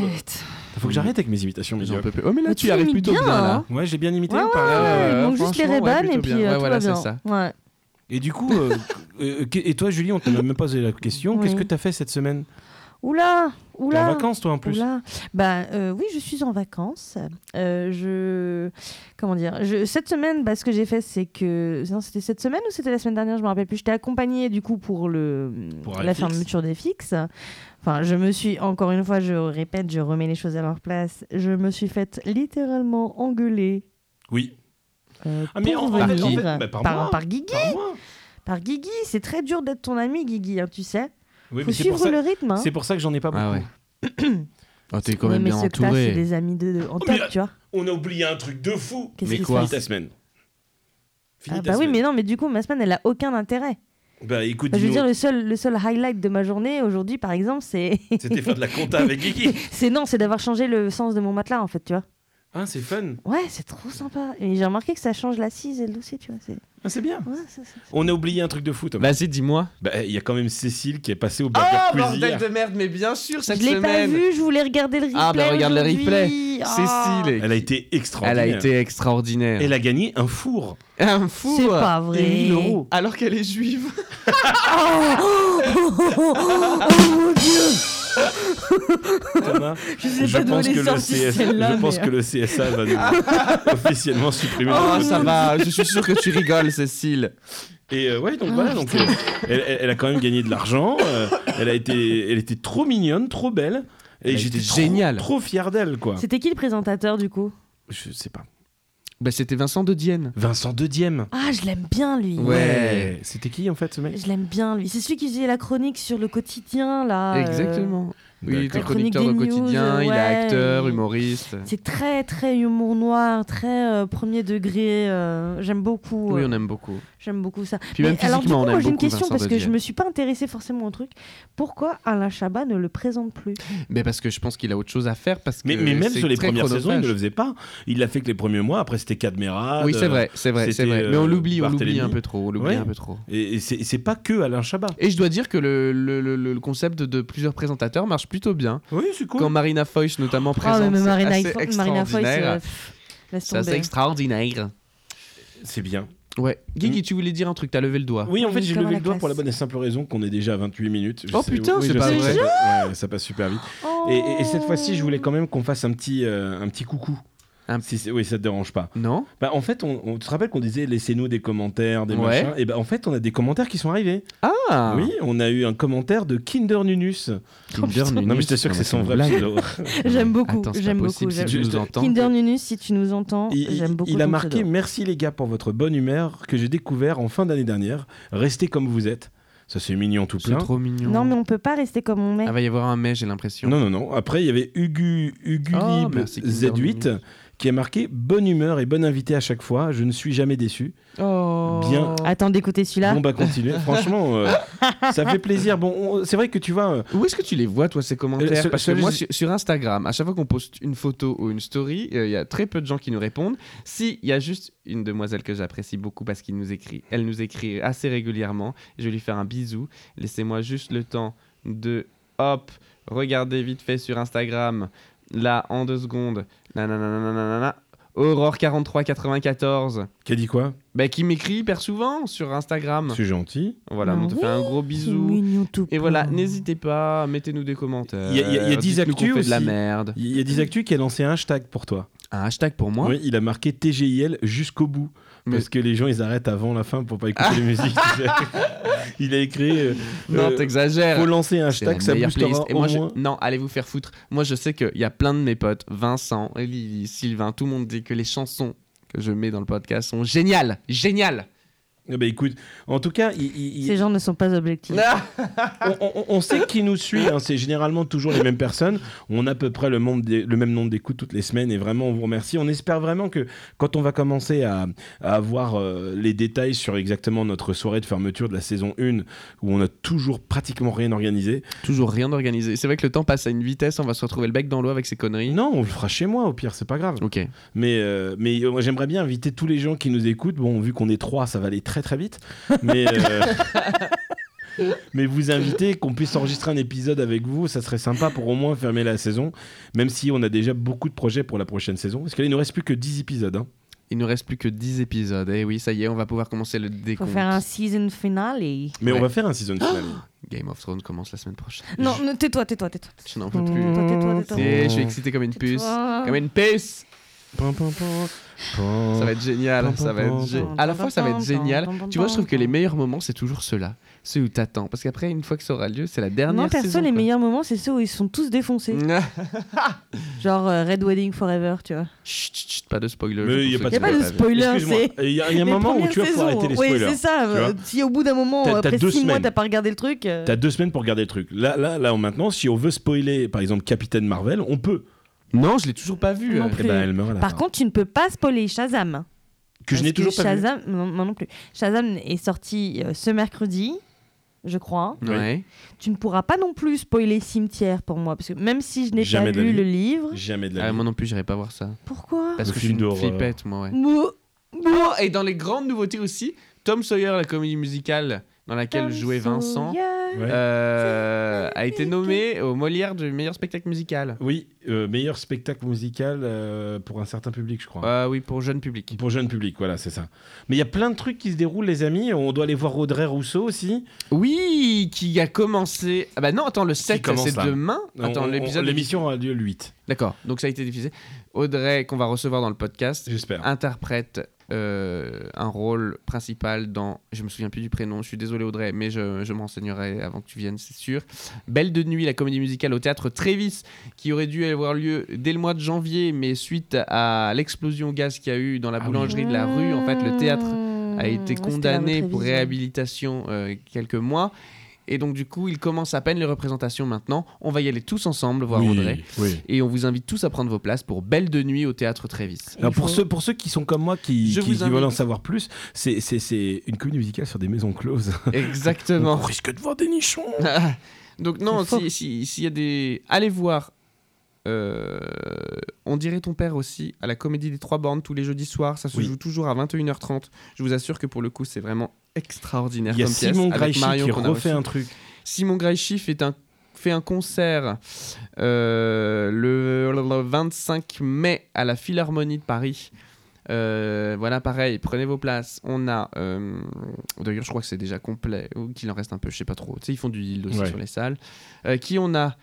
Arrête.
Faut que j'arrête avec mes imitations, les
J'en
gars.
peux plus. Oh, mais là,
Mais
tu
tu
y arrives
imites
plutôt
bien,
bien, là.
hein.
Ouais, j'ai bien imité
Ouais,
ou pas là euh,
Ouais,
ouais,
donc juste les
franchement, ouais,
Reban et
plutôt
puis
bien.
euh,
Ouais,
tout
voilà,
va bien.
c'est ça.
Ouais.
Et du coup, euh, *laughs* euh, qu- et toi Julie, on t'a même pas posé la question.
Oui.
Qu'est-ce que t'as fait cette semaine
Oula,
T'es en
oula.
vacances toi en plus.
Oula. Bah, euh, oui, je suis en vacances. Euh, je comment dire je- Cette semaine, bah, ce que j'ai fait, c'est que non, c'était cette semaine ou c'était la semaine dernière, je me rappelle plus. J'étais accompagnée du coup pour le
Pour
la
FX.
fermeture des fixes. Enfin, je me suis encore une fois, je répète, je remets les choses à leur place. Je me suis faite littéralement engueuler. *gasps*
Oui.
euh,
Ah, mais
pour
en- en fait-
venir
en fait, bah, par moi.
par Guigui.
Par moi.
Par Guigui, c'est très dur d'être ton ami, Guigui, hein, tu sais.
Oui,
Faut
mais c'est
suivre
pour ça.
le rythme. Hein.
C'est pour ça que j'en ai pas beaucoup.
Ah ouais. Oh, t'es quand
Ouais,
même
mais
bien
ceux que t'as, c'est
entouré.
des amis de, de- en
Oh,
top,
mais-
tu vois.
On a oublié un truc de fou.
Qu'est-ce
Mais
qui se
quoi
Finis ta
passe
semaine. Finis
Ah
ta
bah oui,
semaine.
mais non, mais du coup, ma semaine, elle a aucun intérêt.
Bah écoute,
Enfin, je veux
dis-nous,
dire, le seul, le seul highlight de ma journée aujourd'hui, par exemple, c'est. *laughs*
c'était faire de la compta avec Guigui.
c'est non, c'est d'avoir changé le sens de mon matelas, en fait, tu vois.
Ah, c'est fun.
Ouais, c'est trop sympa. Et j'ai remarqué que ça change l'assise et le dossier, tu vois. C'est...
Ah, c'est bien.
Ouais, ça, ça-
On a oublié un truc de fou, Thomas. Bah,
Vas-y, dis-moi.
il y a quand même Cécile qui est passée au
Oh,
Burger
Ah,
Quiz
bordel
hier.
de merde, mais bien sûr, cette
je l'ai
semaine.
pas vu, je voulais regarder le replay.
ben,
Ah, bah, regarde le
aujourd'hui.
replay.
Ah.
Cécile.
Elle a été
Elle
extraordinaire.
a été extraordinaire.
Elle a gagné un four.
Un fou.
C'est
hein.
pas vrai.
Et 1000 euros.
Alors qu'elle est juive.
Oh, oh, oh, oh, oh mon dieu *laughs*
Thomas,
Je sais
je
pas
pense, que
d'où elle est
le,
sortie
CS
celle-là,
je pense
mais- euh.
que le CSA va
*laughs*
nous officiellement supprimer notre
Oh,
poste.
ça va. Je suis sûr que tu rigoles, Cécile.
Et euh, ouais,
Ah,
donc voilà, donc, euh, elle, elle- elle a quand même gagné de l'argent. euh, elle, a été, elle était trop mignonne, trop belle. Et
Elle a
j'étais
été
trop-
géniale.
trop fier d'elle,
Ah.
quoi.
C'était qui le présentateur du coup
Je sais pas.
Bah, c'était Vincent de Dienne.
Vincent Dedième.
Ah, je l'aime bien lui.
Ouais.
C'était qui en fait ce mec
Je l'aime bien lui. C'est celui qui faisait la chronique sur le quotidien là. euh,
Exactement. Oui, il était
D'accord. Chronique
chroniqueur au
des
quotidien,
news,
il est
ouais,
acteur,
il-
humoriste.
C'est très très humour noir, très euh, premier degré. euh, j'aime beaucoup.
Oui,
euh,
on aime beaucoup.
J'aime beaucoup ça.
Puis même
alors du coup,
physiquement, on
moi,
aime
j'ai une
beaucoup
question
Vincent
parce que je
Dedienne.
me suis pas intéressée forcément au truc. Pourquoi Alain Chabat ne le présente plus
Mais parce que je pense qu'il a autre chose à faire. Parce
mais,
que
mais même
Euh, c'est
sur les
très
premières saisons, il ne
chronophage.
le faisait pas. Il l'a fait que les premiers mois. Après, c'était euh, Cadmera.
Oui, c'est vrai, c'est vrai, c'est
c'était,
vrai. Mais
euh,
on l'oublie, on l'oublie
Barthélemy.
un peu trop. On l'oublie
Ouais.
un peu trop.
Et, et c'est c'est pas que Alain Chabat.
Et je dois dire que le, le, le- le concept de plusieurs présentateurs marche plutôt bien.
Oui, c'est cool.
Quand Marina Foïs notamment présente,
Oh, Ah, mais
c'est
Marina,
assez
Fo- Marina Foïs, euh,
extraordinaire.
pff, laisse
C'est assez
tomber.
extraordinaire.
C'est bien.
Ouais.
Mm.
Guigui, tu voulais dire un truc, t'as levé le doigt.
Oui, en fait, j'ai
Comme à
levé
la
le doigt pour la
classe.
bonne et simple raison qu'on est déjà à 28 minutes. Je
Oh,
sais-
putain,
oui,
c'est
je
pas
sais,
vrai.
ça passe- ouais, ça passe super vite. Et, et- et cette fois-ci, je voulais quand même qu'on fasse un petit, euh, un petit coucou.
Un-
Si c'est- oui, ça te dérange pas.
Non
Bah, en fait, on, on- tu te rappelles qu'on disait laissez-nous des commentaires, des
Ouais.
machins. Et bah, en fait, on a des commentaires qui sont arrivés.
Ah
Oui, on a eu un commentaire de Kinder Nunus.
Kinder
Oh, putain.
Nunus.
Non, mais j'étais sûr que c'est son vrai
blague. *laughs*
pseudo.
J'aime beaucoup,
Attends, c'est pas
j'aime
possible,
beaucoup.
si
j'aime-
tu nous
Juste-
entends.
Oh. Kinder Nunus, si tu nous entends,
Il,
j'aime beaucoup.
il a
ton
marqué
pseudo.
Merci les gars pour votre bonne humeur que j'ai découvert en fin d'année dernière. Restez comme vous êtes. Ça, c'est mignon tout
C'est
plein.
trop mignon.
Non, mais on peut pas rester comme on est.
Ah, va y avoir un mais, j'ai l'impression.
Non, non, non. Après, il y avait Ugu, Ugulib
Oh, Ah, merci, Kinder
Z8
Nunus.
qui a marqué bonne humeur et bon invité à chaque fois. Je ne suis jamais déçu.
Oh.
Bien.
Attends d'écouter celui-là.
Bon bah continuez. Franchement, euh, ça fait plaisir. Bon, on- c'est vrai que tu vois. euh,
Où est-ce que tu les vois, toi, ces commentaires
Euh, ce-
Parce
ce-
que moi,
je-
sur, sur Instagram, à chaque fois qu'on poste une photo ou une story, euh, il y a très peu de gens qui nous répondent. Si, il y a juste une demoiselle que j'apprécie beaucoup parce qu'elle nous écrit. Elle nous écrit assez régulièrement. Je vais lui faire un bisou. Laissez-moi juste le temps de, hop, regarder vite fait sur Instagram. Là, en deux secondes. Nanananananana. Aurore 4394.
Qui a dit quoi
Bah, qui m'écrit hyper souvent sur Instagram.
C'est gentil.
Voilà, on te fait un gros
C'est
bisou.
mignon tout
Et voilà,
plein.
n'hésitez pas, mettez-nous des commentaires.
Il y a- il y a- il y a 10
dites-nous qu'on
actus
fait de la
aussi.
merde.
Il y a des actus qui a lancé un hashtag pour toi.
Un hashtag pour Mm. moi.
oui, il a marqué TGIL jusqu'au bout.
Mais-
Parce que les gens, ils arrêtent avant la fin pour pas
*laughs*
écouter les musiques. *laughs* tu sais. il a écrit. euh,
Non,
euh,
t'exagères.
faut lancer un
C'est la
hashtag, ça
meilleure
boostera
playlist. Et
au
moi, je-
moins.
Non, allez vous faire foutre. Moi, je sais qu'il y a plein de mes potes, Vincent, Lily, Sylvain, tout le monde dit que les chansons que je mets dans le podcast sont géniales. Géniales.
Eh ben, écoute, en tout cas, il- il- il-
Ces gens ne sont pas objectifs.
Ah.
on, on- on sait qui nous suit. hein, C'est généralement toujours les mêmes personnes. On a à peu près le, nombre des- le même nombre d'écoutes toutes les semaines. Et vraiment, on vous remercie. On espère vraiment que quand on va commencer à, à avoir euh, les détails sur exactement notre soirée de fermeture de la saison 1, où on a toujours pratiquement rien organisé,
Toujours rien d'organisé. C'est vrai que le temps passe à une vitesse, on va se retrouver le bec dans l'eau avec ces conneries.
non, on le fera chez moi au pire, c'est pas grave.
Ok.
Mais, euh, mais euh, moi, j'aimerais bien inviter tous les gens qui nous écoutent. Bon, vu qu'on est trois, ça va aller très très vite. Mais,
*laughs*
euh, mais vous inviter, qu'on puisse enregistrer un épisode avec vous, ça serait sympa pour au moins fermer la saison. Même si on a déjà beaucoup de projets pour la prochaine saison. Parce qu'il ne nous reste plus que 10 épisodes. hein.
Il ne reste plus que 10 épisodes. Et oui, ça y est, on va pouvoir commencer le
Faut
décompte.
faire un season finale.
Mais
Ouais.
on va faire un season
*gasps*
finale.
Game of Thrones commence la semaine prochaine.
Non, ne- tais-toi, tais-toi, tais-toi.
Je, je n'en peux plus.
Tais-toi, tais-toi, tais-toi.
Et je suis excité comme une puce.
Tais-toi.
Ah. Comme une puce.
Pam, pam, pam, pam.
Ça va être génial,
Pam, pam,
ça va être
pam,
gé-
pam,
à la
pam,
fois ça va
pam,
être génial.
pam, pam,
Tu vois, je trouve que les
pam.
meilleurs moments c'est toujours ceux-là, ceux où t'attends, parce qu'après une fois que ça aura lieu, c'est la dernière
Non, perso,
saison,
les
quoi.
meilleurs moments, c'est ceux où ils sont tous défoncés.
Mm.
Genre euh, Red Wedding Forever, tu vois.
*laughs* Chut, chut, chut, pas de spoiler.
Mais
pour
y a
ceux
pas de
qui
Y a pas de
l'ont vu.
spoiler,
Excuse-moi,
c'est.
il y a, il y a un
les
moment où
premières
tu vas pouvoir
saison.
arrêter les
Oui,
spoilers.
c'est ça. euh,
vois.
Si au bout d'un moment,
T'as- t'as
après
deux
6 mois,
semaines.
t'as pas regardé le truc. euh,
T'as deux semaines pour regarder le truc. Là, là, là, maintenant, si on veut spoiler, par exemple, Capitaine Marvel, on peut.
Non, je l'ai toujours pas vu.
Non
euh.
Eh
plus.
ben, elle meurt à la
Par
fin.
contre, tu ne peux pas spoiler Shazam.
que je n'ai toujours pas vu.
Shazam, Non, moi non plus. Shazam est sorti euh, ce mercredi, je crois.
Ouais. Ah,
Tu ne pourras pas non plus spoiler Cimetière pour moi, parce que même si je n'ai pas
Jamais de la
lu
vie.
le livre,
Jamais de la
Ah,
vie.
moi non plus, j'irai pas voir ça,
pourquoi
parce
Le
que je suis
film
une
d'horreur.
flippette, moi. Ouais.
Mou-
Oh, et dans les grandes nouveautés aussi, Tom Sawyer, la comédie musicale dans laquelle jouait Vincent,
Sawyer.
Ouais.
euh, a été nommé au Molière du meilleur spectacle musical.
Oui, euh, meilleur spectacle musical euh, pour un certain public, je crois.
Ah oui, pour jeune public.
Pour jeune public, voilà, c'est ça. Mais il y a plein de trucs qui se déroulent, les amis. On doit aller voir Audrey Rousseau aussi.
Oui, qui a commencé. Ah bah non, attends, le 7,
commence,
c'est
là.
demain. Attends,
On- on-
l'épisode.
L'émission aura lieu le 8,
D'accord, donc ça a été diffusé. Audrey, qu'on va recevoir dans le podcast,
j'espère.
interprète euh, un rôle principal dans. Je me souviens plus du prénom, je suis désolé Audrey, mais je, je me renseignerai avant que tu viennes, c'est sûr. Belle de nuit, la comédie musicale au théâtre Trévis, qui aurait dû avoir lieu dès le mois de janvier, mais suite à l'explosion au gaz qu'il y a eu dans la
Ah oui.
boulangerie de la rue, en fait, le théâtre a été
Mmh,
condamné
c'était la
pour
révision.
réhabilitation euh, quelques mois. Et donc, du coup, il commence à peine les représentations maintenant. On va y aller tous ensemble voir
Oui,
Audrey.
oui.
Et on vous invite tous à prendre vos places pour Belle de Nuit au théâtre Trévis.
*laughs* Alors,
Il
pour,
faut-
ceux, pour ceux qui sont comme moi, qui,
Je
qui-
vous
qui
invite.
veulent en savoir plus, c'est- c'est c'est une comédie musicale sur des maisons closes. On
Exactement.
risque de voir des nichons.
*laughs* donc, non,
C'est fort.
s'il si, s'il y a des. Allez voir. euh, on dirait ton père aussi à la comédie des trois bornes tous les jeudis soirs. Ça se
Oui.
joue toujours à 21h30. Je vous assure que pour le coup, c'est vraiment extraordinaire.
Il y a
comme pièce,
Simon
avec
Graichi
Marion
qui
qu'on a
refait
reçu.
un truc.
Simon Greichi fait un, fait un concert euh, le, le 25 mai à la Philharmonie de Paris. Euh, voilà, pareil, prenez vos places. On a. euh, D'ailleurs, je crois que c'est déjà complet, ou qu'il en reste un peu, je sais pas trop. Tu sais, ils font du yield aussi
Ouais.
sur les salles. Euh, qui on a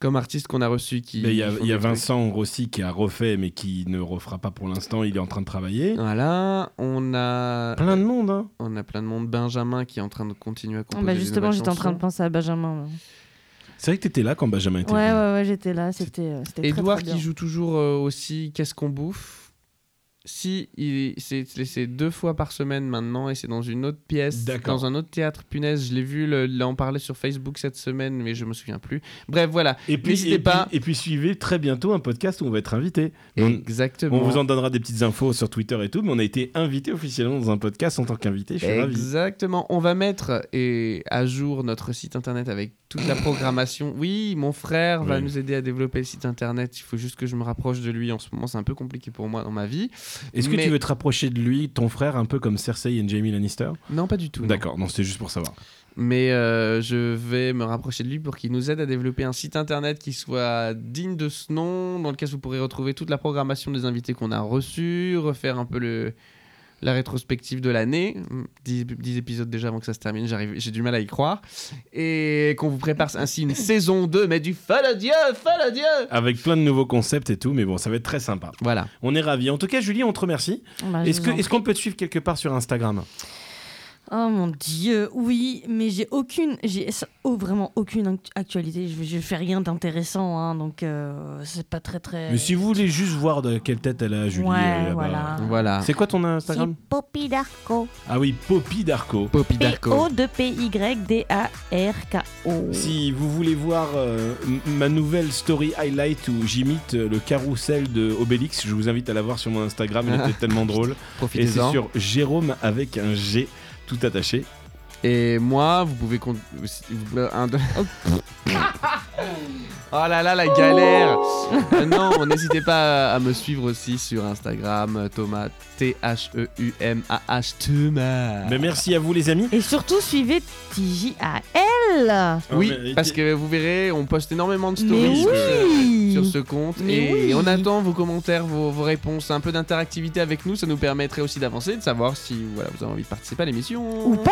comme artiste qu'on a reçu qui.
Mais Il y a,
font
il y a
des trucs
Vincent Rossi qui a refait, mais qui ne refera pas pour l'instant. Il est en train de travailler.
Voilà, on a,
Plein de monde, hein.
on a plein de monde. Benjamin qui est en train de continuer à
Ah
composer.
bah
des
justement,
nouvelles
j'étais en train de
chansons.
penser à Benjamin.
C'est vrai que t'étais là quand Benjamin était
Ouais, ouais,
venu.
ouais, j'étais là. C'était. euh, c'était très,
Edouard
très
qui
bien.
joue toujours euh, aussi Qu'est-ce qu'on bouffe si il- c'est c'est deux fois par semaine maintenant et c'est dans une autre pièce,
D'accord.
dans un autre théâtre, punaise, je l'ai vu, le- là on parlait sur Facebook cette semaine, mais je me souviens plus. Bref, voilà.
Et puis,
N'hésitez
et puis-
pas.
et puis suivez très bientôt un podcast où on va être invité. On,
Exactement.
on vous en donnera des petites infos sur Twitter et tout, mais on a été invité officiellement dans un podcast en tant qu'invité. Je suis ravi.
Exactement. On va mettre et à jour notre site internet avec toute
*coughs*
la programmation. Oui, mon frère va
Oui.
nous aider à développer le site internet. Il faut juste que je me rapproche de lui. En ce moment, c'est un peu compliqué pour moi dans ma vie.
Est-ce que
Mais-
tu veux te rapprocher de lui, ton frère, un peu comme Cersei et Jamie Lannister
Non, pas du tout. non.
D'accord, non, c'était juste pour savoir.
Mais euh, je vais me rapprocher de lui pour qu'il nous aide à développer un site internet qui soit digne de ce nom, dans lequel vous pourrez retrouver toute la programmation des invités qu'on a reçus, refaire un peu le, la rétrospective de l'année. 10, épisodes déjà avant que ça se termine, j'arrive- j'ai du mal à y croire. Et qu'on vous prépare ainsi une saison 2, mais du fol à Dieu, fol à Dieu
Avec plein de nouveaux concepts et tout, mais bon, ça va être très sympa.
Voilà.
On est ravis. En tout cas, Julie, on te remercie.
Bah, je
Est-ce
vous
que-
en-
est-ce qu'on peut te suivre quelque part sur Instagram
Oh mon dieu, oui, mais j'ai aucune, j'ai ça- oh, vraiment aucune act- actualité. Je, je fais rien d'intéressant, hein, donc euh, c'est pas très très.
Mais si vous voulez juste voir de quelle tête elle a, Julie,
Ouais,
elle est là-bas.
voilà.
Voilà.
C'est quoi ton
C'est
Instagram
Poppy Darko.
Ah oui, Poppy Darko.
Poppy Darko.
P-O-D-P-Y-D-A-R-K-O.
Si vous voulez voir euh, m- ma nouvelle story highlight où j'imite euh, le carrousel de Obélix, je vous invite à la voir sur mon Instagram, elle *laughs* était tellement drôle. Et c'est
Profitez-en.
sur Jérôme avec un G tout attaché.
Et, moi, vous pouvez... con- vous- un- *laughs* Oh là là, la galère Euh, Non, n'hésitez pas à me suivre aussi sur Instagram, Thomas, E T-H-E-U-M-A-H, Thomas.
Mais merci à vous les amis.
Et surtout suivez TJAL.
Oui,
Ah, mais-
parce que vous verrez, on poste énormément de
Mais
stories sur
oui.
ce- sur ce compte.
Mais
et
oui.
on attend vos commentaires, vos, vos réponses, un peu d'interactivité avec nous. Ça nous permettrait aussi d'avancer, de savoir si voilà, vous avez envie de participer à l'émission.
Ou pas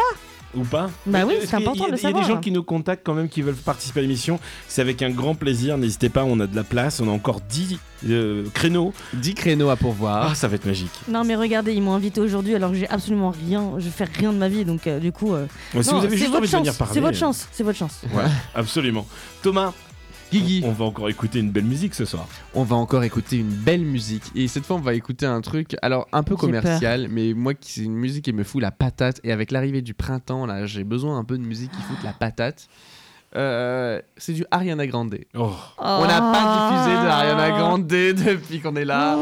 Ou pas
Bah oui,
Est-ce
c'est
qu'il y a-
important
il y a-
de
Il y a des
savoir.
gens qui nous contactent quand même, qui veulent participer à l'émission. C'est avec un grand plaisir. N'hésitez pas, on a de la place. On a encore 10 euh, créneaux.
10 créneaux à
Ah,
pourvoir.
ça va être magique.
Non mais regardez, ils m'ont invité aujourd'hui alors que j'ai absolument rien, je fais rien de ma vie, donc euh, du coup. euh,
Bah,
Ouais, si
non,
vous avez
c'est
juste
votre
envie de
chance,
venir parler.
C'est votre chance, c'est votre chance.
Absolument. Thomas,
Guigui,
on va encore écouter une belle musique ce soir.
on va encore écouter une belle musique. Et cette fois, on va écouter un truc, alors un peu
J'ai peur.
commercial, mais moi, qui c'est une musique qui me fout la patate. Et avec l'arrivée du printemps, là, j'ai besoin un peu de musique qui fout la patate. Euh, c'est du Ariana Grande.
Oh.
On n'a pas diffusé de Ariana
Oh. Ah.
Grande depuis qu'on est là.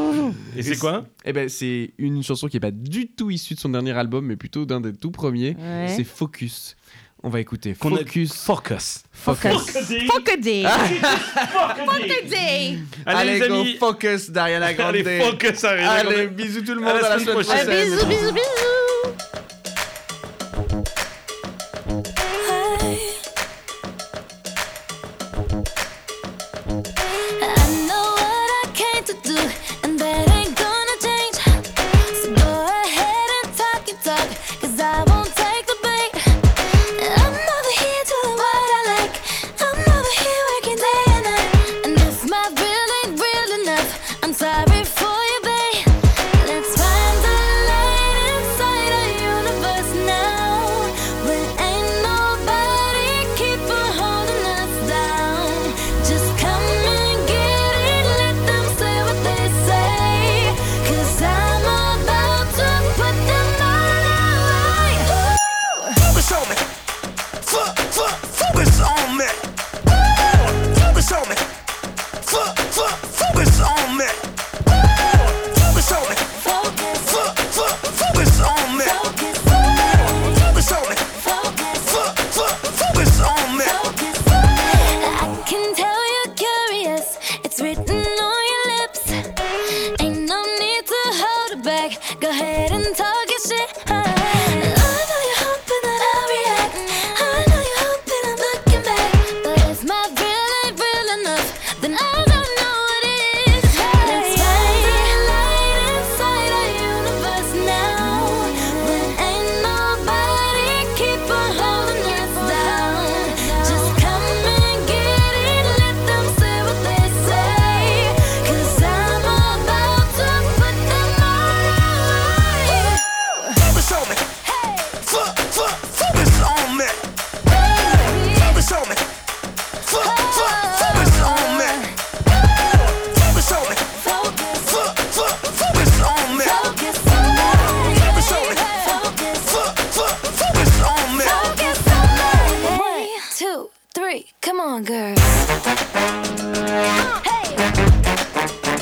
Et c'est quoi
Eh ben, c'est une chanson qui est pas du tout issue de son dernier album, mais plutôt d'un des tout premiers.
Ouais.
C'est Focus. On va écouter
Qu'on a-
Focus.
Focus.
Focus. Ah,
Focodé
Allez,
Allez, les
go
amis.
Focus d'Ariana Grande.
Allez, focus, Ariana
Allez,
Grande.
bisous tout le
À la
monde. À la
semaine prochaine.
semaine prochaine.
Euh, Bisous, bisous, bisous
I know what I came to do, and that ain't gonna change. So go ahead and talk your talk, 'cause I won't take the bait. I'm over here doing what I like. I'm over here working day and night. And if my bill ain't real enough, I'm sorry for you, babe. Let's find the light inside our universe now. When ain't nobody keeping holding us down. Just come and get it. Let them say what they say. Cause I'm about to put them out of line.
Focus on me. Fo- fo- Focus on me. Ooh, Focus on me. Fo- fo- Focus on me. Ooh, Focus on me.
Focus.
Fo- fo- Focus on me.
Focus.
Ooh, Focus on me.
Focus.
Fo- fo- Focus on me.
Focus. I can tell you're curious. It's written on your lips. Ain't no need to hold it back. Go ahead and talk your shit. I know you're hoping that I'll react. I know you're hoping I'm looking back. But if my real ain't real enough, then I don't know what is. Let's find the light inside our universe now. When ain't nobody keep on holding us down. Just come and get it. Let them say what they say. Cause I'm about to put them out
Focus on me. Fo- fo- Focus on me. Ooh, Focus on me. Fo- fo- Focus on me. Ooh, Focus on me.
Focus.
Fo- fo- Focus on me.
two, three. Come on, girls. Hey.